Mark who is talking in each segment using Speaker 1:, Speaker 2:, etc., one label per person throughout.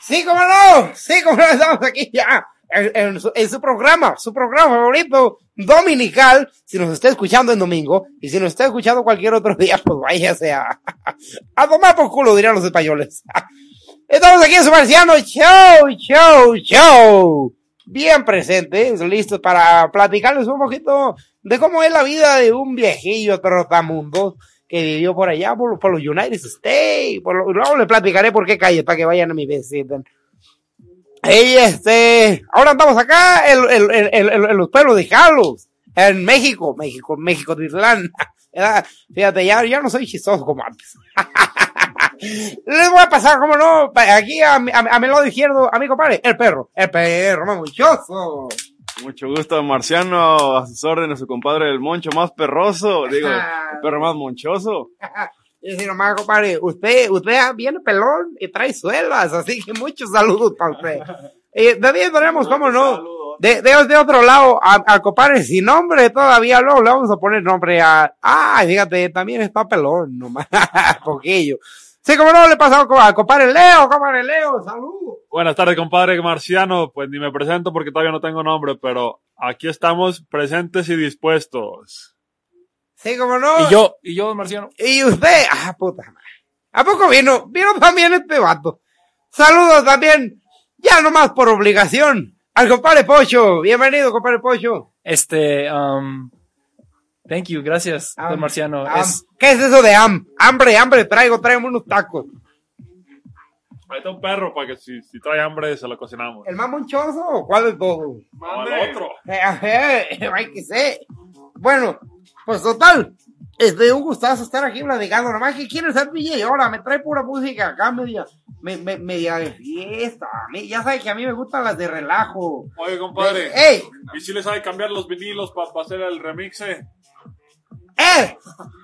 Speaker 1: Sí, cómo no, sí, cómo no, estamos aquí ya. En, en su, en su programa, su programa favorito dominical, si nos está escuchando en domingo, y si nos está escuchando cualquier otro día, pues váyase a, a tomar por culo, dirían los españoles. Estamos aquí en su marciano, show, show, show. Bien presentes, listos para platicarles un poquito de cómo es la vida de un viejillo trotamundo que vivió por allá, por, por los United States. Por lo- luego les platicaré por qué calle, para que vayan a mi visita. Y este, ahora andamos acá en, en- en- en- en- en los pueblos de Jalos, en México, México, México, Titlán. Era- Fíjate, ya, ya no soy chistoso como antes. Les voy a pasar, como no, pa- aquí a, mi- a, mi- a mi lado izquierdo, a mi compadre, el perro, el perro, mamuchoso.
Speaker 2: Mucho gusto, Marciano, a sus órdenes, su compadre del Moncho más perroso, digo,
Speaker 1: Ah.
Speaker 2: el perro más monchoso.
Speaker 1: Y si nomás, compadre, usted, usted viene pelón y trae suelas, así que muchos saludos para usted. Eh, Y también tenemos, cómo no, de, de, de otro lado, a- al compadre sin nombre todavía, luego le vamos a poner nombre a, ah, fíjate, también está pelón nomás, poquillo. Sí, cómo no, le he pasado co- al compadre Leo, compadre Leo, saludos.
Speaker 3: Buenas tardes, compadre Marciano. Pues ni me presento porque todavía no tengo nombre, pero aquí estamos presentes y dispuestos.
Speaker 1: Sí, cómo no.
Speaker 4: Y yo, y yo, don Marciano.
Speaker 1: Y usted, ah, puta madre. ¿A poco vino? Vino también este vato. Saludos también, ya nomás por obligación, al compadre Pocho. Bienvenido, compadre Pocho.
Speaker 4: Este, um, thank you, gracias,
Speaker 1: Ah,
Speaker 4: don Marciano.
Speaker 1: Am.
Speaker 4: Es,
Speaker 1: ¿Qué es eso de am? Hambre, hambre, traigo, traigo unos tacos.
Speaker 3: Ahí está un perro para que si, si trae hambre se lo cocinamos.
Speaker 1: ¿El más monchoso o cuál es todo?
Speaker 3: No, al otro.
Speaker 1: Eh, eh, hay que ser. Bueno, pues total. Este, un gustazo estar aquí platicando. Nomás que quiero ser DJ ahora. Me trae pura música acá, media, me, me- media de fiesta. A mí- Ya sabes que a mí me gustan las de relajo.
Speaker 3: Oye, compadre,
Speaker 1: ¡Ey!
Speaker 3: ¿y si le sabe cambiar los vinilos para hacer el remixe?
Speaker 1: ¡Eh!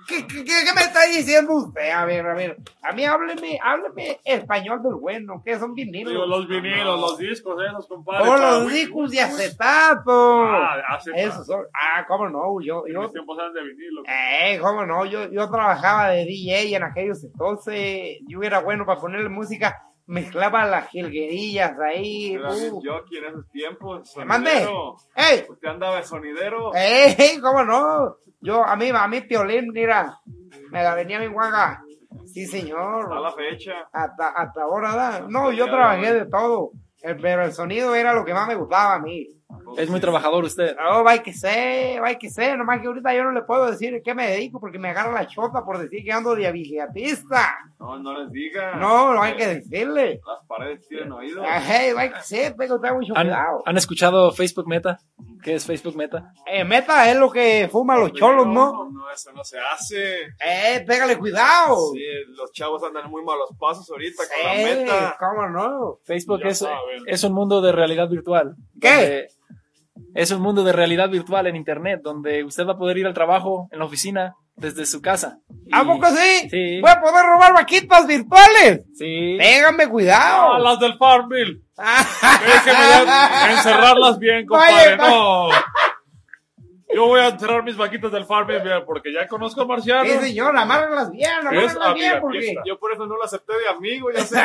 Speaker 1: ¿Qué, qué, qué- qué me está diciendo usted? A ver, a ver. A mí hábleme, hábleme español del bueno, que son vinilos.
Speaker 3: Digo, los vinilos, los discos esos, compadre.
Speaker 1: Oh,
Speaker 3: para-
Speaker 1: los discos de acetato.
Speaker 3: Ah, hace
Speaker 1: Esos son. Ah, cómo no, yo,
Speaker 3: En
Speaker 1: yo.
Speaker 3: mis tiempos eran de vinilo.
Speaker 1: Eh, cómo no, yo, yo trabajaba de DJ en aquellos entonces. Yo era bueno para ponerle música, mezclaba las jilguerillas ahí.
Speaker 2: Era
Speaker 1: uh.
Speaker 2: yo aquí en esos tiempos,
Speaker 1: mande. Eh,
Speaker 2: sonidero.
Speaker 1: ¡Ey!
Speaker 2: Usted andaba de sonidero.
Speaker 1: ¡Ey! ¿Cómo no? Yo, a mí, a mí, Piolín, mira, me la venía mi guaga. Sí,
Speaker 2: A la
Speaker 1: señor.
Speaker 2: fecha.
Speaker 1: Hasta, hasta ahora, da. No, yo trabajé de todo. El, pero el sonido era lo que más me gustaba a mí.
Speaker 4: es muy trabajador usted.
Speaker 1: No, va que sé, va que sé. Nomás que ahorita yo no le puedo decir qué me dedico porque me agarra la chota por decir que ando de avigiatista.
Speaker 2: No, no les diga.
Speaker 1: No, no hay que Ah, decirle.
Speaker 2: Las paredes tienen oído.
Speaker 1: Hey, va que sé, tengo que tener mucho
Speaker 4: ¿Han,
Speaker 1: cuidado.
Speaker 4: han escuchado Facebook Meta? ¿Qué es Facebook Meta?
Speaker 1: Eh, meta es lo que fuma los cholos, ¿no?
Speaker 2: No, eso no se hace.
Speaker 1: Eh, pégale cuidado.
Speaker 2: Sí, los chavos andan muy malos pasos ahorita con la
Speaker 1: Eh,
Speaker 2: meta.
Speaker 1: ¿Cómo no?
Speaker 4: Facebook
Speaker 3: Ya
Speaker 4: es,
Speaker 3: saben.
Speaker 4: es un mundo de realidad virtual.
Speaker 1: ¿Qué?
Speaker 4: donde- Es un mundo de realidad virtual en Internet, donde usted va a poder ir al trabajo, en la oficina, desde su casa. Y-
Speaker 1: ¿A poco sí?
Speaker 4: Sí.
Speaker 1: Voy a poder robar vaquitas virtuales.
Speaker 4: Sí.
Speaker 1: Pégame
Speaker 3: Ah,
Speaker 1: cuidado.
Speaker 3: las del Farmville.
Speaker 1: Ah,
Speaker 3: Déjeme ya encerrarlas bien, compadre.
Speaker 1: Vaya, va-
Speaker 3: No. Yo voy a encerrar mis vaquitas del Farmville bien, porque ya conozco a Marciano.
Speaker 1: Sí, señor, amárralas bien, amárralas bien,
Speaker 3: amiga
Speaker 1: porque...
Speaker 3: fiesta.
Speaker 2: Yo por eso no lo acepté de amigo, ya sé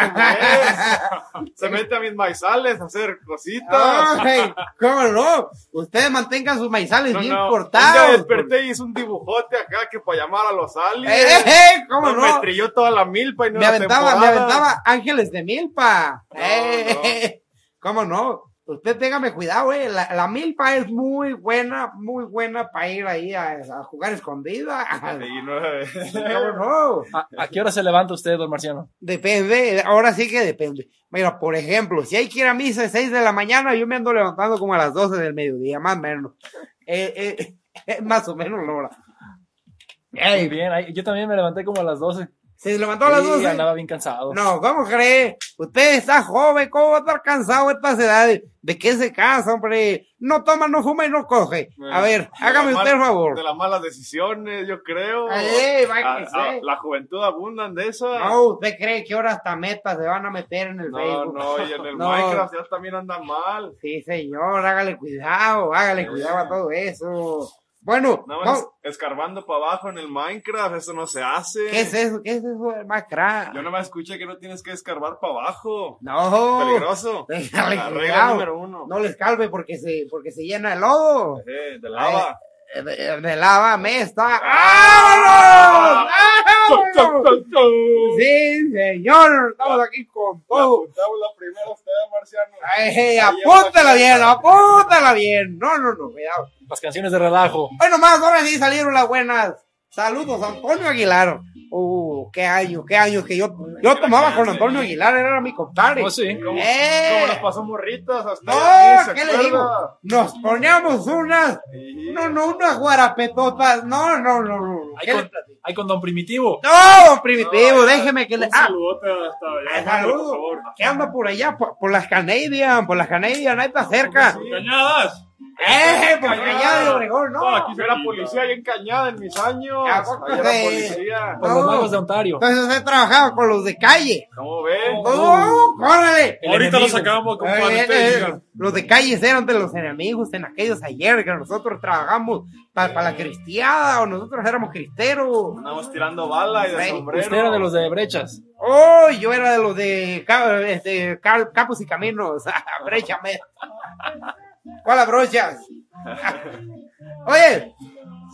Speaker 2: cómo es. Se mete a mis maizales a hacer cositas.
Speaker 1: Ay, ¿Cómo no? Ustedes mantengan sus maizales
Speaker 2: No,
Speaker 1: bien
Speaker 2: no. Un día
Speaker 1: cortados.
Speaker 2: desperté y hice un dibujote acá que para llamar a los aliens.
Speaker 1: Eh, eh, eh, ¿Cómo
Speaker 2: Me
Speaker 1: no?
Speaker 2: estrelló toda la milpa y no
Speaker 1: Me
Speaker 2: era
Speaker 1: aventaba, me
Speaker 2: temporada.
Speaker 1: aventaba Ángeles de Milpa.
Speaker 2: No,
Speaker 1: Eh, ¿Cómo no? Usted téngame cuidado, eh. La, la Milpa es muy buena, muy buena para ir ahí a, a jugar escondida.
Speaker 2: Y no- eh.
Speaker 1: ¿Cómo no?
Speaker 4: ¿A, a qué hora se levanta usted, don Marciano?
Speaker 1: Depende, ahora sí que depende. Mira, por ejemplo, si hay que ir a misa a 6 de la mañana, yo me ando levantando como a las 12 del mediodía, más o menos. Eh, eh, es más o menos la hora.
Speaker 4: Muy
Speaker 1: Ey,
Speaker 4: bien, ay, yo también me levanté como a las 12.
Speaker 1: ¿Se levantó a las
Speaker 4: Sí,
Speaker 1: 12?
Speaker 4: andaba bien cansado.
Speaker 1: No, ¿cómo cree? Usted está joven, ¿cómo va a estar cansado a estas edades? ¿De qué se casa, hombre? No toma, no fuma y no coge. A ver, hágame
Speaker 2: de la
Speaker 1: usted el
Speaker 2: mal-
Speaker 1: favor.
Speaker 2: De las malas decisiones, yo creo.
Speaker 1: Ey, va
Speaker 2: A-
Speaker 1: que
Speaker 2: a-
Speaker 1: sé.
Speaker 2: Ah, la juventud abundan de esa.
Speaker 1: No, ¿usted cree que ahora hasta metas se van a meter en el
Speaker 2: no,
Speaker 1: Facebook?
Speaker 2: no, y en el
Speaker 1: No.
Speaker 2: Minecraft ya también andan mal.
Speaker 1: Sí, señor, hágale cuidado, hágale cuidado a todo eso. Bueno,
Speaker 2: Nada más
Speaker 1: vamos-
Speaker 2: escarbando para abajo en el Minecraft, eso no se hace.
Speaker 1: ¿qué es eso? ¿Qué es eso del Minecraft?
Speaker 2: Yo no me escuché que no tienes que escarbar para abajo.
Speaker 1: No,
Speaker 2: Peligroso.
Speaker 1: Venga,
Speaker 2: La regla
Speaker 1: cuidado.
Speaker 2: número uno.
Speaker 1: no les calve porque se, porque se llena el lodo.
Speaker 2: Eh, de lava.
Speaker 1: Eh, De, de lava me está.
Speaker 2: Ah.
Speaker 1: ¡Vámonos! ¡Vámonos! Sí, señor, estamos aquí con
Speaker 2: La
Speaker 1: todo.
Speaker 2: apuntamos la primera usted, Marciano.
Speaker 1: Ay, hey, apúntala bien, apúntala bien. No, no, no, cuidado.
Speaker 4: Las canciones de relajo.
Speaker 1: Hoy nomás, ahora sí salieron las buenas. Saludos, Antonio Aguilar. Uh, qué año, qué año que yo, yo tomaba con Antonio Aguilar, era mi compadre.
Speaker 4: Oh, sí.
Speaker 2: ¿Cómo,
Speaker 1: Eh.
Speaker 2: cómo las pasó morritas? Hasta
Speaker 1: No,
Speaker 2: ella ni se
Speaker 1: ¿qué le
Speaker 2: acuerda.
Speaker 1: digo? Nos poníamos unas,
Speaker 2: Sí.
Speaker 1: no, no, unas guarapetotas, no, no, no, no.
Speaker 4: Hay
Speaker 1: ¿Qué le
Speaker 4: con, hay con Don Primitivo.
Speaker 1: No, primitivo, déjeme que le.
Speaker 3: Un
Speaker 1: Ah,
Speaker 3: saludote hasta
Speaker 1: ah,
Speaker 3: allá, por
Speaker 1: saludo.
Speaker 3: favor.
Speaker 1: ¿Qué anda por allá? Por, por las Canadian, por las Canadian, ahí está cerca.
Speaker 3: Cañadas.
Speaker 1: ¡Eh! Por allá de Obregón,
Speaker 3: No,
Speaker 1: no.
Speaker 3: aquí-
Speaker 2: Yo era policía ahí en Cañada en mis años.
Speaker 1: ¿A poco
Speaker 2: Ahí era
Speaker 1: sí?
Speaker 2: policía.
Speaker 4: Por
Speaker 1: No.
Speaker 4: los magos de Ontario.
Speaker 1: Entonces he trabajado con los de calle.
Speaker 2: ¿Cómo ves?
Speaker 1: ¡Oh, córrele!
Speaker 4: El
Speaker 3: Ahorita lo
Speaker 4: enemigo.
Speaker 3: sacamos, compadre.
Speaker 1: Eh, eh, los de calles eran de los enemigos en aquellos ayer que nosotros trabajamos para
Speaker 2: Eh.
Speaker 1: la cristiada o nosotros éramos cristeros.
Speaker 2: Andamos tirando bala y de
Speaker 1: Sí,
Speaker 2: sombrero.
Speaker 4: Usted era de los de brechas.
Speaker 1: Oh, yo era de los de ca- este, cal- capos y caminos. Bréchame. ¿Cuál abrochas? Oye,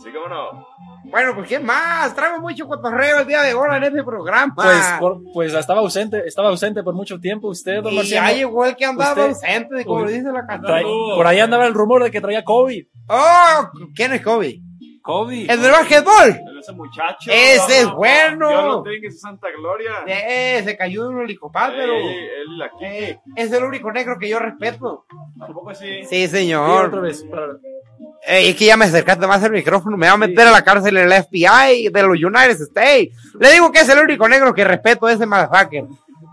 Speaker 2: Sí, cómo no.
Speaker 1: bueno, pues qué más. Traigo mucho cotorreo el día de hoy en este programa.
Speaker 4: Pues, por- pues estaba ausente, estaba ausente por mucho tiempo usted,
Speaker 1: y
Speaker 4: don
Speaker 1: ya
Speaker 4: Marciano.
Speaker 1: llegó el que andaba
Speaker 4: Usted-
Speaker 1: ausente, como
Speaker 4: Uy.
Speaker 1: dice la
Speaker 4: Trae-
Speaker 1: canción.
Speaker 3: Saludos.
Speaker 4: por ahí andaba el rumor de que traía COVID.
Speaker 1: Oh, ¿quién es Kobe?
Speaker 4: COVID.
Speaker 1: ¿El del basquetbol?
Speaker 2: Ese muchacho.
Speaker 1: Ese es
Speaker 2: no,
Speaker 1: bueno.
Speaker 2: Dios lo tenga en su santa gloria.
Speaker 1: Eh, se cayó de un
Speaker 2: Eh,
Speaker 1: helicóptero.
Speaker 2: Ey, él aquí.
Speaker 1: ah, Eh, es el único negro que yo respeto.
Speaker 2: Tampoco así.
Speaker 1: Sí,
Speaker 4: Sí, otra
Speaker 1: señor.
Speaker 4: vez. para-
Speaker 1: Eh, es que ya me acercaste más al micrófono. Me va a meter a la cárcel el FBI de los United States. Le digo que es el único negro que respeto a ese motherfucker.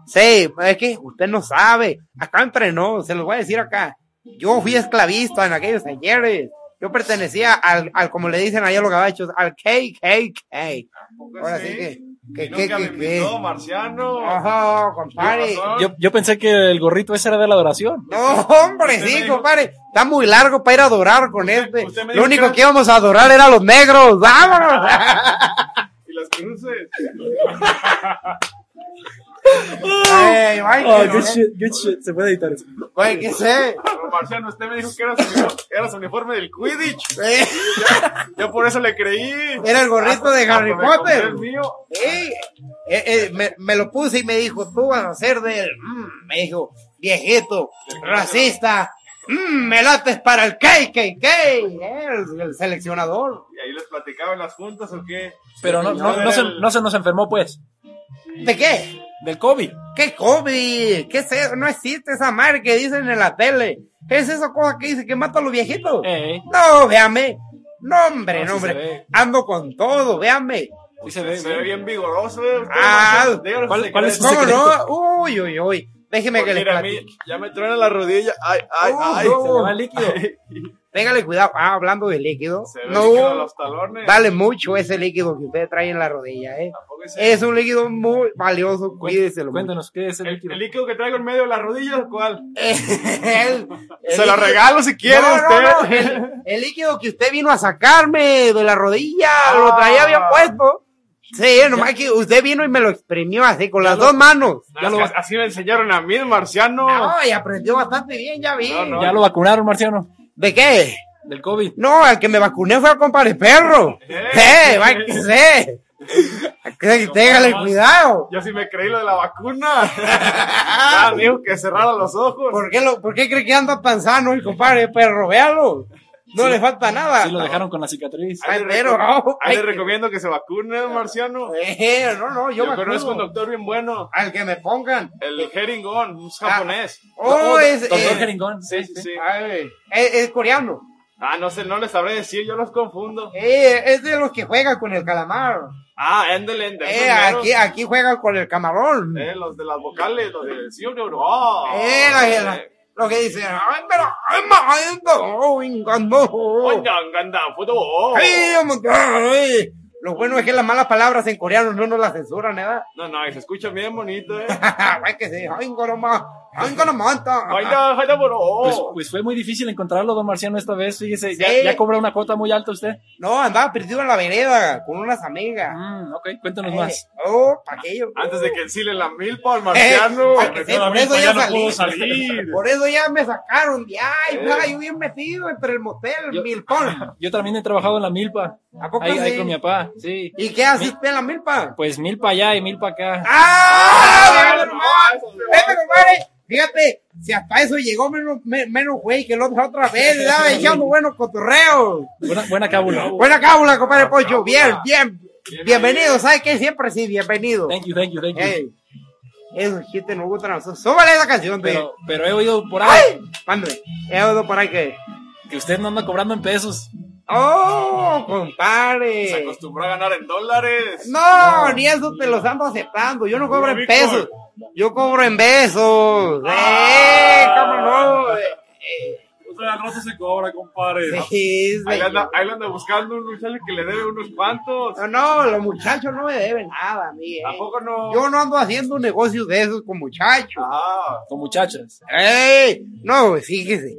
Speaker 1: Sí, es que usted no sabe. Acá entrenó, se los voy a decir acá. Yo fui esclavista en aquellos ayeres. Yo pertenecía al, al como le dicen allá los gabachos, al KKK.
Speaker 2: Tampoco
Speaker 1: Ahora
Speaker 2: así.
Speaker 1: sí que. que,
Speaker 2: Y
Speaker 1: que,
Speaker 2: nunca me
Speaker 1: que, que. Ah.
Speaker 2: invitó, Marciano.
Speaker 1: Ojo, compadre.
Speaker 2: Con razón.
Speaker 4: Yo, yo pensé que el gorrito ese era de la adoración.
Speaker 1: No, hombre,
Speaker 2: Usted me
Speaker 1: sí,
Speaker 2: dijo-
Speaker 1: compadre. Está muy largo para ir a adorar con
Speaker 2: Usted-
Speaker 1: este.
Speaker 2: usted
Speaker 1: Lo
Speaker 2: me dijo que Ah.
Speaker 1: único
Speaker 2: era-
Speaker 1: que íbamos a adorar era a los negros. ¡Vámonos!
Speaker 2: Y las cruces.
Speaker 1: Ay, ay, que no, eh.
Speaker 4: good shit. Se puede editar eso.
Speaker 1: Güey, ¿qué sé?
Speaker 2: Pero, Marciano, usted me dijo que era su, uniforme- era su uniforme del Quidditch.
Speaker 1: Eh,
Speaker 2: Yo por eso le creí.
Speaker 1: Era el gorrito de Harry
Speaker 2: Cuando me compré
Speaker 1: Potter.
Speaker 2: El mío.
Speaker 1: Sí. Eh, eh, me, me lo puse y me dijo, tú vas a ser del... mm", me dijo, viejito, racista. mm, me lates para el KKK. El, el seleccionador.
Speaker 2: Y ahí les platicaba en las juntas o qué.
Speaker 4: Pero no, no, no, se, no se nos enfermó, pues.
Speaker 1: ¿De qué?
Speaker 4: Del COVID.
Speaker 1: ¿Qué COVID? ¿Qué es eso? No existe esa madre que dicen en la tele. Es esa cosa que dice que mata a los viejitos.
Speaker 4: Eh, eh.
Speaker 1: No, véame. No, hombre,
Speaker 4: No,
Speaker 1: no,
Speaker 4: sí se
Speaker 1: hombre.
Speaker 4: ve.
Speaker 1: Ando con todo, véame.
Speaker 4: Sí se ve.
Speaker 2: Se ve bien vigoroso, eh. usted,
Speaker 1: Ah,
Speaker 2: Marciano. Díganos
Speaker 4: ¿cuál-
Speaker 2: si
Speaker 4: cuál
Speaker 2: cree.
Speaker 4: es su
Speaker 1: ¿Cómo
Speaker 4: secreto.
Speaker 1: no? Uy, uy, uy. Déjeme que
Speaker 2: Porque
Speaker 1: le
Speaker 2: Pues mira, a mí
Speaker 1: platique.
Speaker 2: ya me truena la rodilla. Ay, ay,
Speaker 1: Uh,
Speaker 2: ay.
Speaker 1: no.
Speaker 4: Se le va el líquido.
Speaker 1: Téngale cuidado. Ah, hablando de líquido.
Speaker 2: Se ve que quedan
Speaker 1: No,
Speaker 2: los talones.
Speaker 1: vale mucho ese líquido que usted trae en la rodilla, ¿eh?
Speaker 2: Tampoco es-
Speaker 1: Es un líquido muy valioso. Cuídeselo. mucho.
Speaker 4: Cuéntanos, ¿qué es el
Speaker 2: el,
Speaker 4: líquido?
Speaker 2: el líquido que traigo en medio de las rodillas, ¿cuál?
Speaker 1: El- el
Speaker 2: Se lo
Speaker 1: líquido-
Speaker 2: regalo si quiere
Speaker 1: No, no, no,
Speaker 2: usted.
Speaker 1: el, el líquido que usted vino a sacarme de la rodilla, lo
Speaker 2: Ah.
Speaker 1: traía bien puesto. Sí, nomás que usted vino y me lo exprimió así, con las dos manos.
Speaker 2: Ya lo- Así me enseñaron a mí, el marciano.
Speaker 1: No, y aprendió bastante bien, ya vi.
Speaker 2: Oh. No, no.
Speaker 4: ¿Ya lo vacunaron, Marciano?
Speaker 1: ¿De qué?
Speaker 4: Del COVID.
Speaker 1: No, al que me vacuné fue al compadre perro.
Speaker 2: Eh.
Speaker 1: ¡Eh! ¡Va que sé! Que- Téngale cuidado.
Speaker 2: Yo sí me creí lo de la vacuna. ya dijo que cerrara los ojos.
Speaker 1: ¿Por qué, lo, ¿Por qué cree que anda tan sano el compadre perro? Véalo. No le falta nada.
Speaker 4: Sí, lo dejaron con la cicatriz.
Speaker 1: Ay,
Speaker 2: Ahí le
Speaker 1: pero,
Speaker 2: recom-
Speaker 1: oh,
Speaker 2: ahí
Speaker 1: ay,
Speaker 2: le
Speaker 1: que-
Speaker 2: recomiendo que se vacune, marciano.
Speaker 1: Eh, no, no, yo,
Speaker 2: Yo,
Speaker 1: me
Speaker 2: conozco un doctor bien bueno,
Speaker 1: Al que me pongan.
Speaker 2: el Heringón, un japonés.
Speaker 1: Oh, es,
Speaker 4: Doctor
Speaker 1: eh,
Speaker 4: Jeringón.
Speaker 2: Sí, sí, sí.
Speaker 1: Ay, es, es coreano.
Speaker 2: Ah, no sé, no les sabré decir, yo los confundo.
Speaker 1: Eh, es de los que juegan con el calamar.
Speaker 2: Ah, ándale, ándale.
Speaker 1: Eh, aquí, aquí juegan con el camarón. Eh,
Speaker 2: Eh, los de las vocales, los de sí, no, no. Ah,
Speaker 1: la- la-
Speaker 2: eh,
Speaker 1: lo que dicen. Ay, pero, ay, ma, ay, no, ay, no.
Speaker 2: Oñan, ganda, puto.
Speaker 1: Ay, ay, ay. Lo bueno es que las malas palabras en coreano no nos las censuran, ¿verdad?
Speaker 2: No, no, y se escucha bien bonito, eh.
Speaker 1: Ay, que sí. Ay, goroma. Ay, goromanta.
Speaker 2: Baila, baila, bro.
Speaker 4: Pues, pues fue muy difícil encontrarlo, don Marciano, esta vez. Fíjese, ya,
Speaker 1: Oh. Sí.
Speaker 4: ya cobra una cuota muy alta usted.
Speaker 1: No, andaba perdido en la vereda con unas amigas.
Speaker 4: Mm, ok, cuéntanos
Speaker 1: Eh,
Speaker 4: más.
Speaker 1: Oh, pa' aquello.
Speaker 3: Ah,
Speaker 2: Antes de que ensile la milpa al marciano.
Speaker 1: Eh, que sí,
Speaker 3: Yo
Speaker 1: por
Speaker 3: también,
Speaker 1: eso
Speaker 3: pues,
Speaker 1: ya
Speaker 3: no
Speaker 1: salí.
Speaker 3: puedo salir.
Speaker 1: Por eso ya me sacaron. de Ay,
Speaker 2: Eh.
Speaker 1: va, yo bien metido entre el motel,
Speaker 4: Yo-
Speaker 1: milpón.
Speaker 4: Yo también he trabajado en la milpa.
Speaker 1: ¿A poco
Speaker 4: Ahí,
Speaker 1: sí?
Speaker 4: ahí con mi papá, sí.
Speaker 1: ¿Y qué haces usted en la milpa?
Speaker 4: Pues mil para allá y mil para acá.
Speaker 1: ¡Ah!
Speaker 2: Ah,
Speaker 1: vete,
Speaker 2: no,
Speaker 1: compadre!
Speaker 2: no,
Speaker 1: ¡Vete, compadre! Fíjate, si hasta eso llegó menos, me- menos güey que la otra, otra vez, ¿verdad? Echando buenos cotorreos.
Speaker 4: Buena, buena cábula.
Speaker 1: Buena cábula, compadre Pocho. Bien,
Speaker 2: cábula.
Speaker 1: bien.
Speaker 2: Bien,
Speaker 1: Bienvenido, ¿sabes qué? Siempre sí, bienvenido.
Speaker 4: Thank you, thank you, thank you.
Speaker 1: Ey, esos chistes nos gustan a nosotros. Súbale esa canción, de...
Speaker 4: Pero, pero he oído por ahí
Speaker 1: ¡Ay! Mándame. He oído por ahí que.
Speaker 4: que usted no anda cobrando en pesos.
Speaker 1: ¡Oh, compadre!
Speaker 2: Se acostumbró a ganar en dólares.
Speaker 1: No, ni eso te los ando aceptando. Yo no cobro en
Speaker 2: Bitcoin.
Speaker 1: pesos. Yo cobro en besos.
Speaker 2: Ah.
Speaker 1: ¡Eh! ¿Cómo no? Eh,
Speaker 3: O sea, rato se cobra, compadre.
Speaker 1: sí,
Speaker 2: Ahí lo
Speaker 1: señor.
Speaker 2: anda, ahí lo anda buscando un muchacho que le debe unos cuantos.
Speaker 1: No, no, los muchachos no me deben nada, mire.
Speaker 2: Tampoco no.
Speaker 1: Yo no ando haciendo negocios de esos con muchachos.
Speaker 2: Ajá,
Speaker 4: Con muchachas.
Speaker 1: ¡Ey! No, fíjese.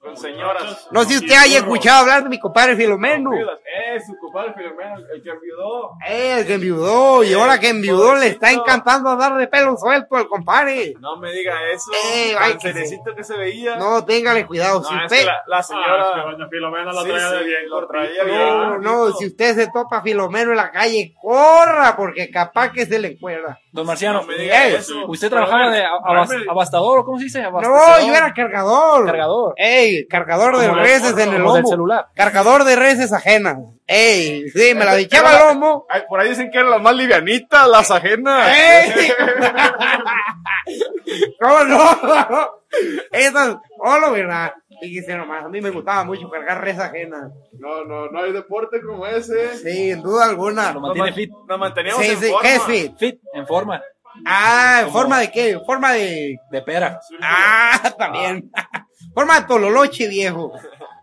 Speaker 2: con señoras.
Speaker 1: No sé si usted haya escuchado hablar de mi compadre Filomeno.
Speaker 2: Eh, su compadre Filomeno, el que enviudó.
Speaker 1: Eh, el que enviudó, y ahora que enviudó le está
Speaker 2: pobrecito.
Speaker 1: encantando a dar de pelo suelto al compadre.
Speaker 2: No me diga eso.
Speaker 1: Eh, ay,
Speaker 2: Tan
Speaker 1: que
Speaker 2: cerecito que se veía.
Speaker 1: No, téngale cuidado.
Speaker 2: No,
Speaker 1: Si
Speaker 2: es que
Speaker 1: usted,
Speaker 2: la, la
Speaker 3: Ah, es que
Speaker 2: señora.
Speaker 3: doña Filomena la
Speaker 2: Sí,
Speaker 3: traía
Speaker 2: sí,
Speaker 3: de bien
Speaker 2: lo
Speaker 3: cortito,
Speaker 2: traía bien.
Speaker 3: ¿verdad?
Speaker 1: no,
Speaker 2: la-
Speaker 1: no, si usted se topa a Filomeno en la calle, corra, porque capaz que se le cuerda.
Speaker 4: Don Marciano,
Speaker 2: No me diga
Speaker 4: eh,
Speaker 2: eso.
Speaker 4: ¿usted trabajaba de a- abas-
Speaker 3: Tráeme-
Speaker 4: abastador o cómo se dice?
Speaker 1: No,
Speaker 4: Abastecedor.
Speaker 1: yo era cargador.
Speaker 4: Cargador.
Speaker 1: Ey, cargador de
Speaker 4: Como del
Speaker 1: reses
Speaker 4: gordo,
Speaker 1: en el
Speaker 4: como del
Speaker 1: lomo.
Speaker 4: celular.
Speaker 1: Cargador de reses ajenas. Ey, sí, me la dichaba
Speaker 2: Era
Speaker 1: al
Speaker 2: la-
Speaker 1: lomo.
Speaker 2: Ay, por ahí dicen que eran las más livianitas, las ajenas.
Speaker 1: ¡Ey! ¿Cómo no? Esas, oh, lo verdad. Fíjese nomás, a mí me gustaba mucho cargar res ajenas.
Speaker 2: No, no, no hay deporte como ese.
Speaker 1: Sí, sin duda alguna.
Speaker 4: Lo mantiene
Speaker 2: Nos
Speaker 4: fit.
Speaker 2: man- Nos manteníamos
Speaker 1: Sí,
Speaker 2: en
Speaker 1: sí,
Speaker 2: forma.
Speaker 1: ¿qué es fit?
Speaker 4: Fit, en forma,
Speaker 1: Ah, ¿en
Speaker 4: Como-
Speaker 1: forma de qué? ¿En Forma de.
Speaker 4: de pera.
Speaker 1: Ah, también. Forma de Tololoche, viejo.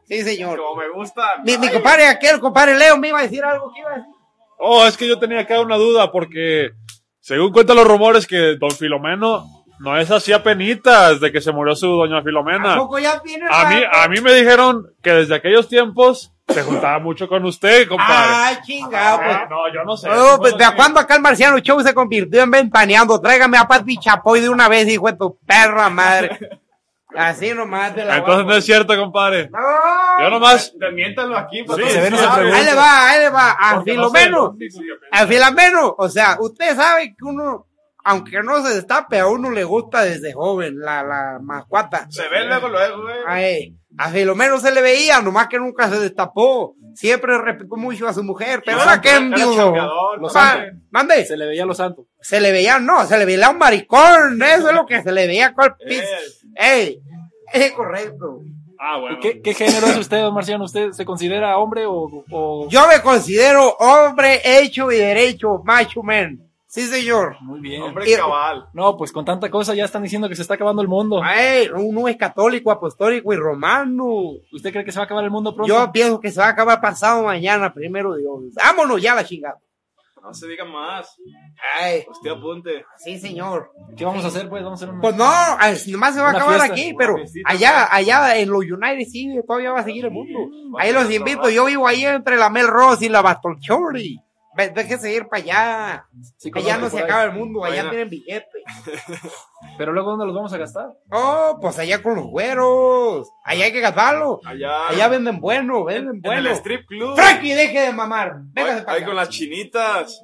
Speaker 1: Sí, señor.
Speaker 2: Como me gusta.
Speaker 1: Mi, mi
Speaker 2: Ay,
Speaker 1: compadre, aquel compadre Leo me iba a decir algo que iba a decir.
Speaker 3: Oh, es que yo tenía acá una duda porque según cuentan los rumores que don Filomeno no es así a penitas de que se murió su doña Filomena.
Speaker 1: Tampoco ya tiene
Speaker 3: A mí,
Speaker 1: rato?
Speaker 3: a mí me dijeron que desde aquellos tiempos se juntaba mucho con usted, compadre.
Speaker 1: Ah, chingado. pues.
Speaker 3: Ah, no, yo no sé.
Speaker 1: No, pues, ¿de a cuándo acá el Marciano Show se convirtió en ventaneando? Tráigame a Pati Chapoy de una vez, hijo de tu perra madre. Así nomás de la
Speaker 3: Entonces no es cierto, compadre. Yo nomás.
Speaker 2: Desmiéntalo aquí. para
Speaker 3: Sí,
Speaker 2: todos
Speaker 3: se ven esas
Speaker 2: saben.
Speaker 1: Ahí le va, ahí le va, a
Speaker 3: porque no sé,
Speaker 1: Filomeno,
Speaker 3: sí, sí,
Speaker 1: a Filomeno, o sea, usted sabe que uno, aunque no se destape, a uno le gusta desde joven la, la mascuata.
Speaker 2: Se ve luego, luego, eh. güey.
Speaker 1: Ay, a Filomeno se le veía, nomás que nunca se destapó, siempre respetó mucho a su mujer, pero
Speaker 2: Era-
Speaker 1: ahora que
Speaker 2: era
Speaker 1: enviudó,
Speaker 2: chambeador,
Speaker 4: Los
Speaker 1: Ma-
Speaker 4: santos.
Speaker 1: mande,
Speaker 4: Se le veía lo santo.
Speaker 1: se le veía, no, se le veía un maricón, eso es lo que se le veía con
Speaker 4: Eh.
Speaker 1: el pis. Ey, es correcto.
Speaker 3: Ah, bueno.
Speaker 4: ¿Qué,
Speaker 2: pues.
Speaker 4: qué género es usted, don Marciano? ¿Usted se considera hombre o, o-
Speaker 1: Yo me considero hombre hecho y derecho, macho man. Sí, señor.
Speaker 4: Muy bien.
Speaker 2: Hombre
Speaker 1: Y-
Speaker 2: cabal.
Speaker 4: No, pues con tanta cosa ya están diciendo que se está acabando el mundo.
Speaker 1: Ay, uno es católico, apostólico y romano.
Speaker 4: ¿Usted cree que se va a acabar el mundo pronto?
Speaker 1: Yo pienso que se va a acabar pasado mañana, primero Dios. Vámonos ya a la chingada.
Speaker 2: No se diga más.
Speaker 1: Ay,
Speaker 2: Usted apunte.
Speaker 1: sí, señor.
Speaker 4: ¿Qué vamos a hacer, pues? Vamos a hacer un...
Speaker 1: Pues no, ay, nomás se va a
Speaker 4: Una
Speaker 1: acabar
Speaker 4: fiesta,
Speaker 1: aquí,
Speaker 2: una
Speaker 1: pero
Speaker 2: fiestita,
Speaker 1: allá, allá en los United City todavía va a seguir el mundo. Ahí los invito, yo vivo ahí entre la Melrose y la Bastolchori. Ve- Déjese ir para allá.
Speaker 4: Sí, con
Speaker 1: Allá
Speaker 4: hombre
Speaker 1: no
Speaker 4: por
Speaker 1: se
Speaker 4: ahí.
Speaker 1: acaba el mundo, allá
Speaker 2: Bueno.
Speaker 1: tienen billetes.
Speaker 4: Pero luego, ¿dónde los vamos a gastar?
Speaker 1: Oh, pues allá con los güeros. Allá hay que gastarlo.
Speaker 2: Allá.
Speaker 1: Allá venden bueno, venden
Speaker 2: En el
Speaker 1: bueno.
Speaker 2: strip club.
Speaker 1: Frankie, deje de mamar. Véngase
Speaker 2: Ahí,
Speaker 1: para
Speaker 2: ahí con
Speaker 1: acá.
Speaker 2: las chinitas.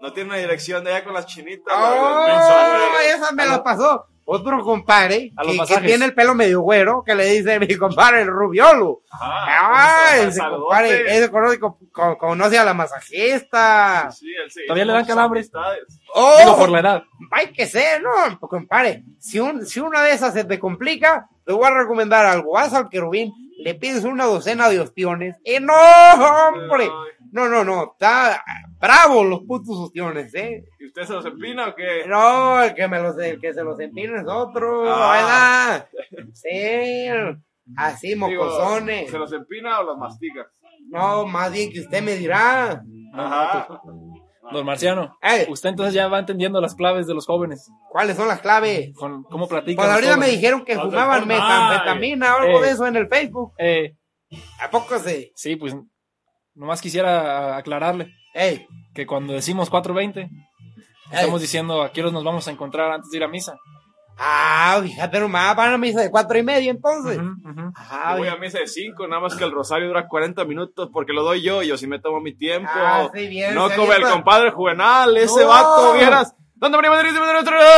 Speaker 2: No tiene una dirección de allá con las chinitas.
Speaker 1: Oh,
Speaker 2: las- las
Speaker 1: esa me la pasó. Otro compadre
Speaker 4: a los
Speaker 1: que, que
Speaker 4: masajes.
Speaker 1: tiene el pelo medio güero que le dice mi compadre el rubiolo.
Speaker 2: Ajá,
Speaker 1: Ah,
Speaker 2: con
Speaker 1: ese
Speaker 2: saludotes.
Speaker 1: compadre, ese conoce, co- conoce a la masajista.
Speaker 2: Sí, él sí.
Speaker 4: Todavía le dan calambres.
Speaker 2: Amistades.
Speaker 1: Oh,
Speaker 4: Digo, por la edad.
Speaker 1: hay que ser, ¿no? Compadre, si, un, si una de esas se te complica, te voy a recomendar algo. Vas al querubín, le pides una docena de ostiones. ¡Eh, no, hombre! No, no, no, está bravo los putos ostiones, ¿eh?
Speaker 2: ¿Y usted se los empina o qué?
Speaker 1: No, el que, me los, el que se los empina es otro,
Speaker 2: Ah.
Speaker 1: ¿verdad? Sí, así,
Speaker 2: Digo,
Speaker 1: mocosones.
Speaker 2: ¿Se los empina o los mastica?
Speaker 1: No, más bien que usted me dirá.
Speaker 2: Ajá.
Speaker 4: Don Marciano,
Speaker 1: Ey.
Speaker 4: usted entonces ya va entendiendo las claves de los jóvenes.
Speaker 1: ¿Cuáles son las claves?
Speaker 4: Con, ¿Cómo platican?
Speaker 1: Pues
Speaker 4: los
Speaker 1: ahorita me
Speaker 4: jóvenes.
Speaker 1: dijeron que
Speaker 3: Los del
Speaker 1: fumaban
Speaker 3: Fortnite.
Speaker 1: metanfetamina o algo
Speaker 4: Eh.
Speaker 1: de eso en el Facebook.
Speaker 4: Eh,
Speaker 1: ¿A poco se?
Speaker 4: sí, pues nomás quisiera aclararle
Speaker 1: Ey,
Speaker 4: que cuando decimos 4.20, estamos diciendo a qué horas nos vamos a encontrar antes de ir a misa.
Speaker 1: Ah, fíjate nomás, van a misa de cuatro y media entonces.
Speaker 4: Ujú, ujú.
Speaker 1: Ah,
Speaker 2: Yo voy a
Speaker 1: bien.
Speaker 2: misa de 5, nada más que el rosario dura 40 minutos porque lo doy yo, yo sí me tomo mi tiempo.
Speaker 1: Ah, sí, bien,
Speaker 2: oh, no
Speaker 1: se
Speaker 2: como el
Speaker 1: avienta.
Speaker 2: compadre Juvenal, ese
Speaker 1: No.
Speaker 2: vato, vieras. ¿Dónde venimos?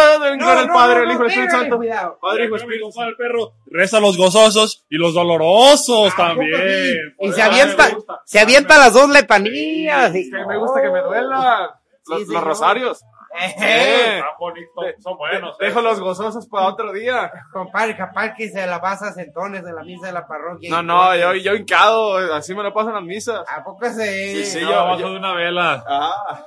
Speaker 1: No,
Speaker 2: el
Speaker 1: no,
Speaker 2: Padre,
Speaker 1: no,
Speaker 2: el Hijo,
Speaker 1: no,
Speaker 2: el Espíritu
Speaker 1: espérate,
Speaker 2: Santo.
Speaker 1: cuidado.
Speaker 2: Padre, Hijo, Espíritu
Speaker 3: Espíritu Santo, el perro. Reza a los gozosos y los dolorosos
Speaker 1: ¿A poco sí?
Speaker 3: también.
Speaker 1: Ah, Y
Speaker 2: Pues,
Speaker 1: se
Speaker 2: ah, me
Speaker 1: avienta,
Speaker 2: gusta.
Speaker 1: se avienta las dos letanías. y-
Speaker 2: Que me gusta que me duela. Los,
Speaker 1: Oh. Sí,
Speaker 2: los
Speaker 1: señor.
Speaker 2: rosarios.
Speaker 1: Ejé.
Speaker 3: Están bonitos, son buenos. eh.
Speaker 2: Dejo los gozosos para otro día.
Speaker 1: Compadre, capaz que se la vas a sentones de la misa de la parroquia.
Speaker 2: No, no, yo, yo hincado, así me lo pasan las misas.
Speaker 1: ¿A poco se?
Speaker 2: Sí, sí.
Speaker 3: No,
Speaker 2: yo-
Speaker 3: abajo
Speaker 2: yo-
Speaker 3: de una vela.
Speaker 2: Ah,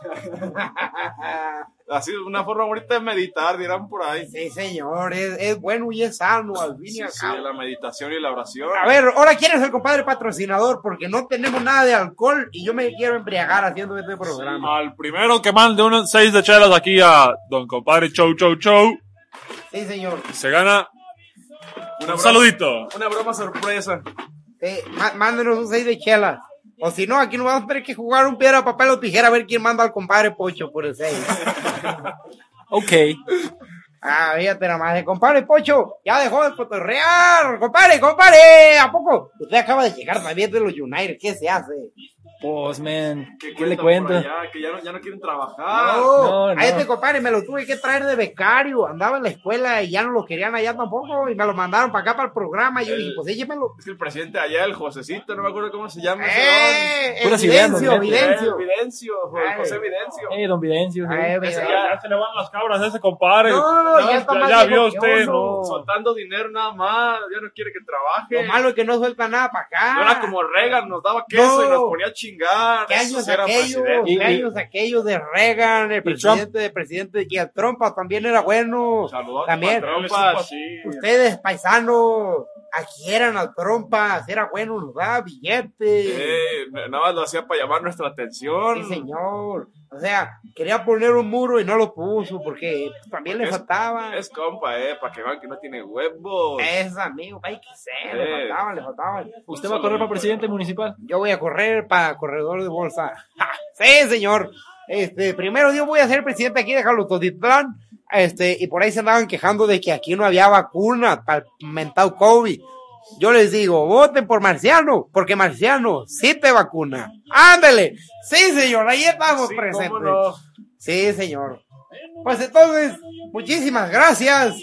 Speaker 2: así una forma bonita de meditar, dirán por ahí.
Speaker 1: Ah, Sí, señor, es, es bueno y es sano, al fin y
Speaker 2: Sí,
Speaker 1: al
Speaker 2: sí,
Speaker 1: cabo.
Speaker 2: la meditación y la oración.
Speaker 1: A ver, ahora quién es el compadre patrocinador, porque no tenemos nada de alcohol y yo me quiero embriagar haciendo este programa.
Speaker 3: Al primero que mande unos seis de chelas aquí a don compadre Chow Chow Chow,
Speaker 1: Sí, señor.
Speaker 3: se gana
Speaker 2: Una
Speaker 3: un
Speaker 2: broma-
Speaker 3: saludito.
Speaker 2: Una broma sorpresa.
Speaker 1: Eh, má- mándenos un 6 de chelas. O si no, aquí nos vamos a tener que jugar un piedra, papel o tijera a ver quién manda al compadre Pocho por el 6.
Speaker 4: Ok.
Speaker 1: Ah, fíjate nada más. El compadre Pocho ya dejó de cotorrear. Compadre, compadre, ¿a poco? Usted acaba de llegar también de los United. ¿Qué se hace?
Speaker 4: Pues, man, ¿qué,
Speaker 2: cuentan
Speaker 4: le cuento?
Speaker 2: por allá? que ya no, ya no quieren trabajar.
Speaker 1: No,
Speaker 4: no, no.
Speaker 1: A este compadre me lo tuve que traer de becario. Andaba en la escuela y ya no lo querían allá tampoco. Y me lo mandaron para acá para el programa. Y yo
Speaker 2: El-
Speaker 1: dije, pues échemelo.
Speaker 2: Es que el presidente allá, el Josecito, no me acuerdo cómo se llama. ese
Speaker 1: ¡Eh!
Speaker 4: Puras
Speaker 1: Evidencio,
Speaker 4: ideas, ¿no?
Speaker 2: don.
Speaker 1: evidencio.
Speaker 2: Eh, Videncio, jo-
Speaker 1: Ay.
Speaker 2: José Videncio.
Speaker 4: Eh, don Videncio. sí.
Speaker 1: Ay,
Speaker 2: Ese
Speaker 1: mira.
Speaker 3: Ya, ya se le van las cabras a ese compadre.
Speaker 1: No, ya está más
Speaker 3: ya
Speaker 1: viejo
Speaker 3: vio
Speaker 1: que
Speaker 3: usted,
Speaker 1: oso.
Speaker 3: ¿no?
Speaker 2: Soltando dinero nada más, ya no quiere que trabaje.
Speaker 1: Lo malo es que no suelta nada para
Speaker 2: Y
Speaker 1: acá.
Speaker 2: ahora como Reagan nos daba queso
Speaker 1: No.
Speaker 2: y nos ponía a chingar.
Speaker 1: ¿Qué
Speaker 2: Eso
Speaker 1: años
Speaker 2: sí era
Speaker 1: aquellos?
Speaker 2: presidente.
Speaker 1: ¿Qué años aquellos de Reagan, el presidente de presidente? Y el Trumpa también era bueno.
Speaker 2: Saludos
Speaker 1: También.
Speaker 2: para
Speaker 3: Trump es
Speaker 2: Trumpas.
Speaker 3: un pasillo.
Speaker 1: Ustedes, paisanos, adquieran al Trumpa, si era bueno, nos da billete.
Speaker 2: Eh, nada más lo hacía para llamar nuestra atención.
Speaker 1: Sí, señor. O sea, quería poner un muro y no lo puso porque también le
Speaker 2: Es-
Speaker 1: faltaba.
Speaker 2: Es compa, eh, para que vean que no tiene huevos.
Speaker 1: Es amigo, hay que ser, le
Speaker 2: Eh.
Speaker 1: faltaban, le faltaban.
Speaker 4: ¿Usted va a correr para presidente municipal?
Speaker 1: Yo voy a correr para corredor de bolsa. ¡Ja! Sí, señor. Este, primero yo voy a ser presidente aquí de Jalutotitlan. Este, y por ahí se andaban quejando de que aquí no había vacuna para el mentado COVID. Yo les digo, voten por Marciano, porque Marciano sí te vacuna. Ándale. Sí, señor, ahí estamos
Speaker 2: Sí,
Speaker 1: presentes.
Speaker 2: cómo no.
Speaker 1: Sí, señor. Pues entonces, muchísimas gracias.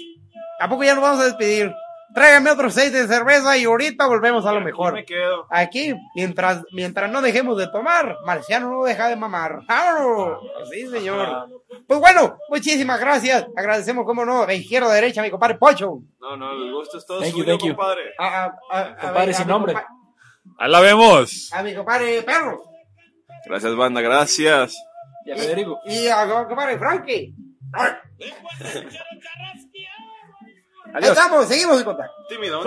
Speaker 1: ¿A poco ya nos vamos a despedir? Tráigame otros seis de cerveza y ahorita volvemos a lo mejor.
Speaker 2: Yo me quedo.
Speaker 1: Aquí, mientras, mientras no dejemos de tomar, Marciano no deja de mamar. ¡Vámonos! Sí, señor. Pues bueno, muchísimas gracias. Agradecemos, como no, de izquierda a derecha, mi compadre Pocho.
Speaker 2: No, no, el gusto es todo
Speaker 4: Thank you,
Speaker 2: suyo,
Speaker 4: thank you.
Speaker 2: compadre.
Speaker 1: A, a- a- a
Speaker 4: Compadre
Speaker 1: ver, a
Speaker 4: sin
Speaker 1: mi
Speaker 4: nombre.
Speaker 1: compa-
Speaker 3: Ahí la vemos.
Speaker 1: A mi compadre Perro.
Speaker 2: Gracias, banda, gracias.
Speaker 4: Ya, Federico.
Speaker 1: Y a mi compadre Frankie. Ahí
Speaker 2: Adiós.
Speaker 1: Estamos, seguimos en contacto.
Speaker 2: Tímido,